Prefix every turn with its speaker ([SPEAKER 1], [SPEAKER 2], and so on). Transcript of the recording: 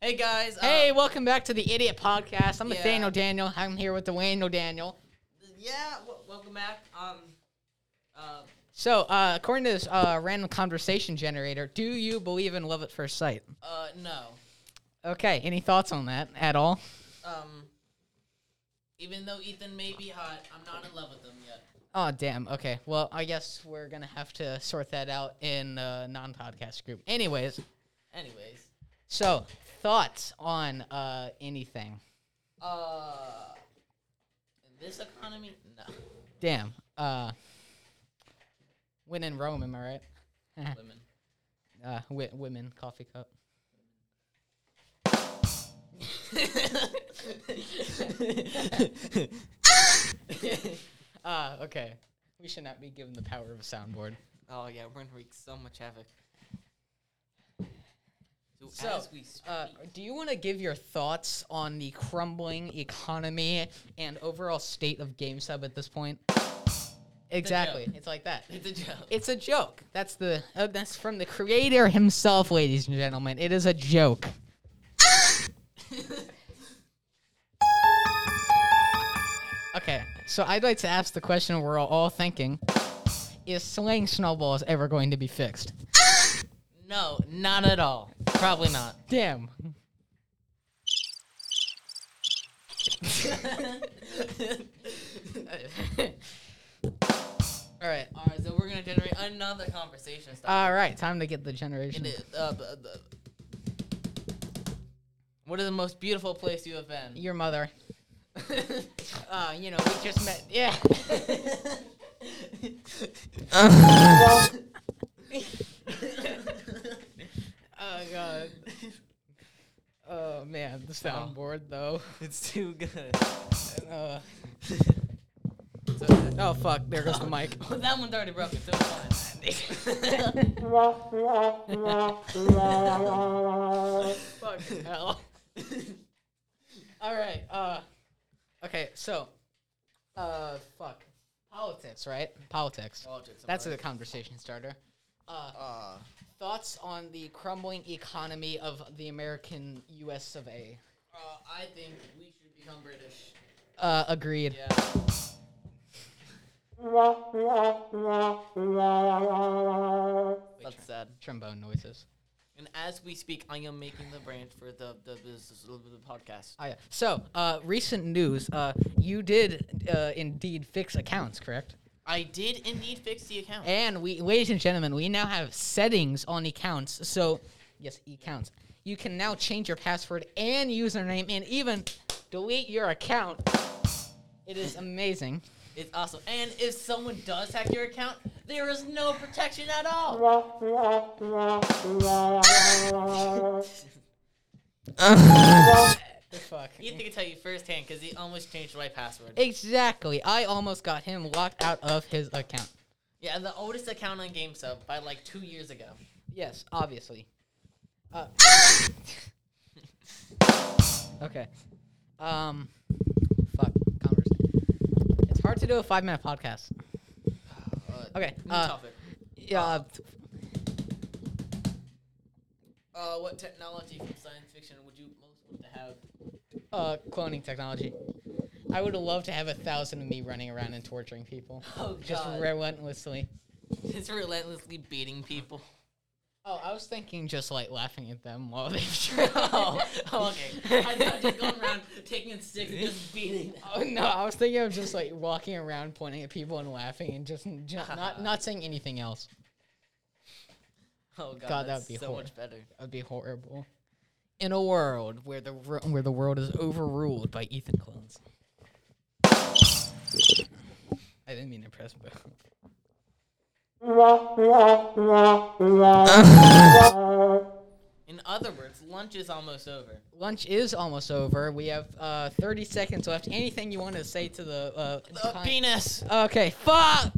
[SPEAKER 1] Hey guys. uh,
[SPEAKER 2] Hey, welcome back to the Idiot Podcast. I'm
[SPEAKER 1] Yeah.
[SPEAKER 2] Nathaniel Daniel. I'm here with Dwayne O'Daniel.
[SPEAKER 1] Yeah. W- welcome back. Um. Uh,
[SPEAKER 2] So, uh, according to this uh, random conversation generator, do you believe in love at first sight?
[SPEAKER 1] uh. No.
[SPEAKER 2] Okay, any thoughts on that at all?
[SPEAKER 1] Um. Even though Ethan may be hot, I'm not in love with him yet.
[SPEAKER 2] Oh, damn. Okay, well, I guess we're going to have to sort that out in a non podcast group. Anyways,
[SPEAKER 1] Anyways.
[SPEAKER 2] so thoughts on uh, anything?
[SPEAKER 1] Uh. In this economy, no.
[SPEAKER 2] Damn. Uh, when in Rome, am I right?
[SPEAKER 1] Women.
[SPEAKER 2] Uh, wi- women, coffee cup. Uh, okay. We should not be given the power of a soundboard.
[SPEAKER 1] oh yeah, we're gonna wreak so much havoc. So,
[SPEAKER 2] So,
[SPEAKER 1] as we speak,
[SPEAKER 2] Uh, do you want to give your thoughts on the crumbling economy and overall state of GameStop at this point? Exactly. It's like that.
[SPEAKER 1] it's a joke.
[SPEAKER 2] It's a joke. That's the uh, that's from the creator himself, ladies and gentlemen. It is a joke. Okay, so I'd like to ask the question we're all thinking: Is slaying snowballs ever going to be fixed?
[SPEAKER 1] no, not at all. Probably not.
[SPEAKER 2] Damn. all right.
[SPEAKER 1] All right, so we're gonna generate another conversation. Stop.
[SPEAKER 2] All right. Time to get the
[SPEAKER 1] It
[SPEAKER 2] generation.
[SPEAKER 1] is, uh, b- b- what is the most beautiful place you have been?
[SPEAKER 2] Your mother. Uh, you know, we just met. Yeah. oh god. Oh man, the soundboard though.
[SPEAKER 1] it's too good.
[SPEAKER 2] Uh, oh fuck! There goes the mic.
[SPEAKER 1] Well, that one's already broken, so it's
[SPEAKER 2] Fucking hell. All right. Uh, okay. So, uh, fuck. Politics, right? Politics.
[SPEAKER 1] fine.
[SPEAKER 2] That's a conversation starter. Uh,
[SPEAKER 1] Uh,
[SPEAKER 2] thoughts on the crumbling economy of the American U.S. of A.
[SPEAKER 1] uh, I think we should become British.
[SPEAKER 2] Uh, agreed.
[SPEAKER 1] Yeah.
[SPEAKER 2] Wait,
[SPEAKER 1] That's
[SPEAKER 2] tr-
[SPEAKER 1] sad.
[SPEAKER 2] trombone noises.
[SPEAKER 1] And as we speak, I am making the brand for the the, business the, the podcast.
[SPEAKER 2] Oh, yeah. So, uh, recent news. Uh, you did uh, indeed fix accounts, correct?
[SPEAKER 1] I did indeed fix the account.
[SPEAKER 2] And we, ladies and gentlemen, we now have settings on accounts. So, yes, accounts. You can now change your password and username, and even delete your account. It is amazing.
[SPEAKER 1] It's awesome. And if someone does hack your account, there is no protection at all.
[SPEAKER 2] Fuck.
[SPEAKER 1] Ethan can tell you firsthand because he almost changed my password.
[SPEAKER 2] Exactly. I almost got him locked out of his account.
[SPEAKER 1] Yeah, the oldest account on GameSub by like two years ago.
[SPEAKER 2] Yes, obviously. Uh, okay. Um. Fuck. Converse. It's hard to do a five-minute podcast. Okay,
[SPEAKER 1] New
[SPEAKER 2] uh,
[SPEAKER 1] topic.
[SPEAKER 2] Yeah. uh,
[SPEAKER 1] Uh, what technology from science fiction would you most want to have?
[SPEAKER 2] uh, cloning technology. I would love to have a thousand of me running around and torturing people,
[SPEAKER 1] Oh,
[SPEAKER 2] just relentlessly.
[SPEAKER 1] Just relentlessly beating people.
[SPEAKER 2] Oh, I was thinking just like laughing at them while they.
[SPEAKER 1] oh, oh, okay. I thought just going around taking sticks and just beating them.
[SPEAKER 2] Oh no, I was thinking of just like walking around, pointing at people and laughing, and just, just not not saying anything else.
[SPEAKER 1] Oh, God.
[SPEAKER 2] God,
[SPEAKER 1] that's
[SPEAKER 2] that'd be
[SPEAKER 1] so
[SPEAKER 2] horrible.
[SPEAKER 1] much better.
[SPEAKER 2] That'd be horrible. In a world where the wor- where the world is overruled by Ethan clones. I didn't mean to press but
[SPEAKER 1] In other words, lunch is almost over.
[SPEAKER 2] Lunch is almost over. We have uh, 30 seconds left. Anything you want to say to the uh,
[SPEAKER 1] The
[SPEAKER 2] con-
[SPEAKER 1] penis!
[SPEAKER 2] Okay, fuck.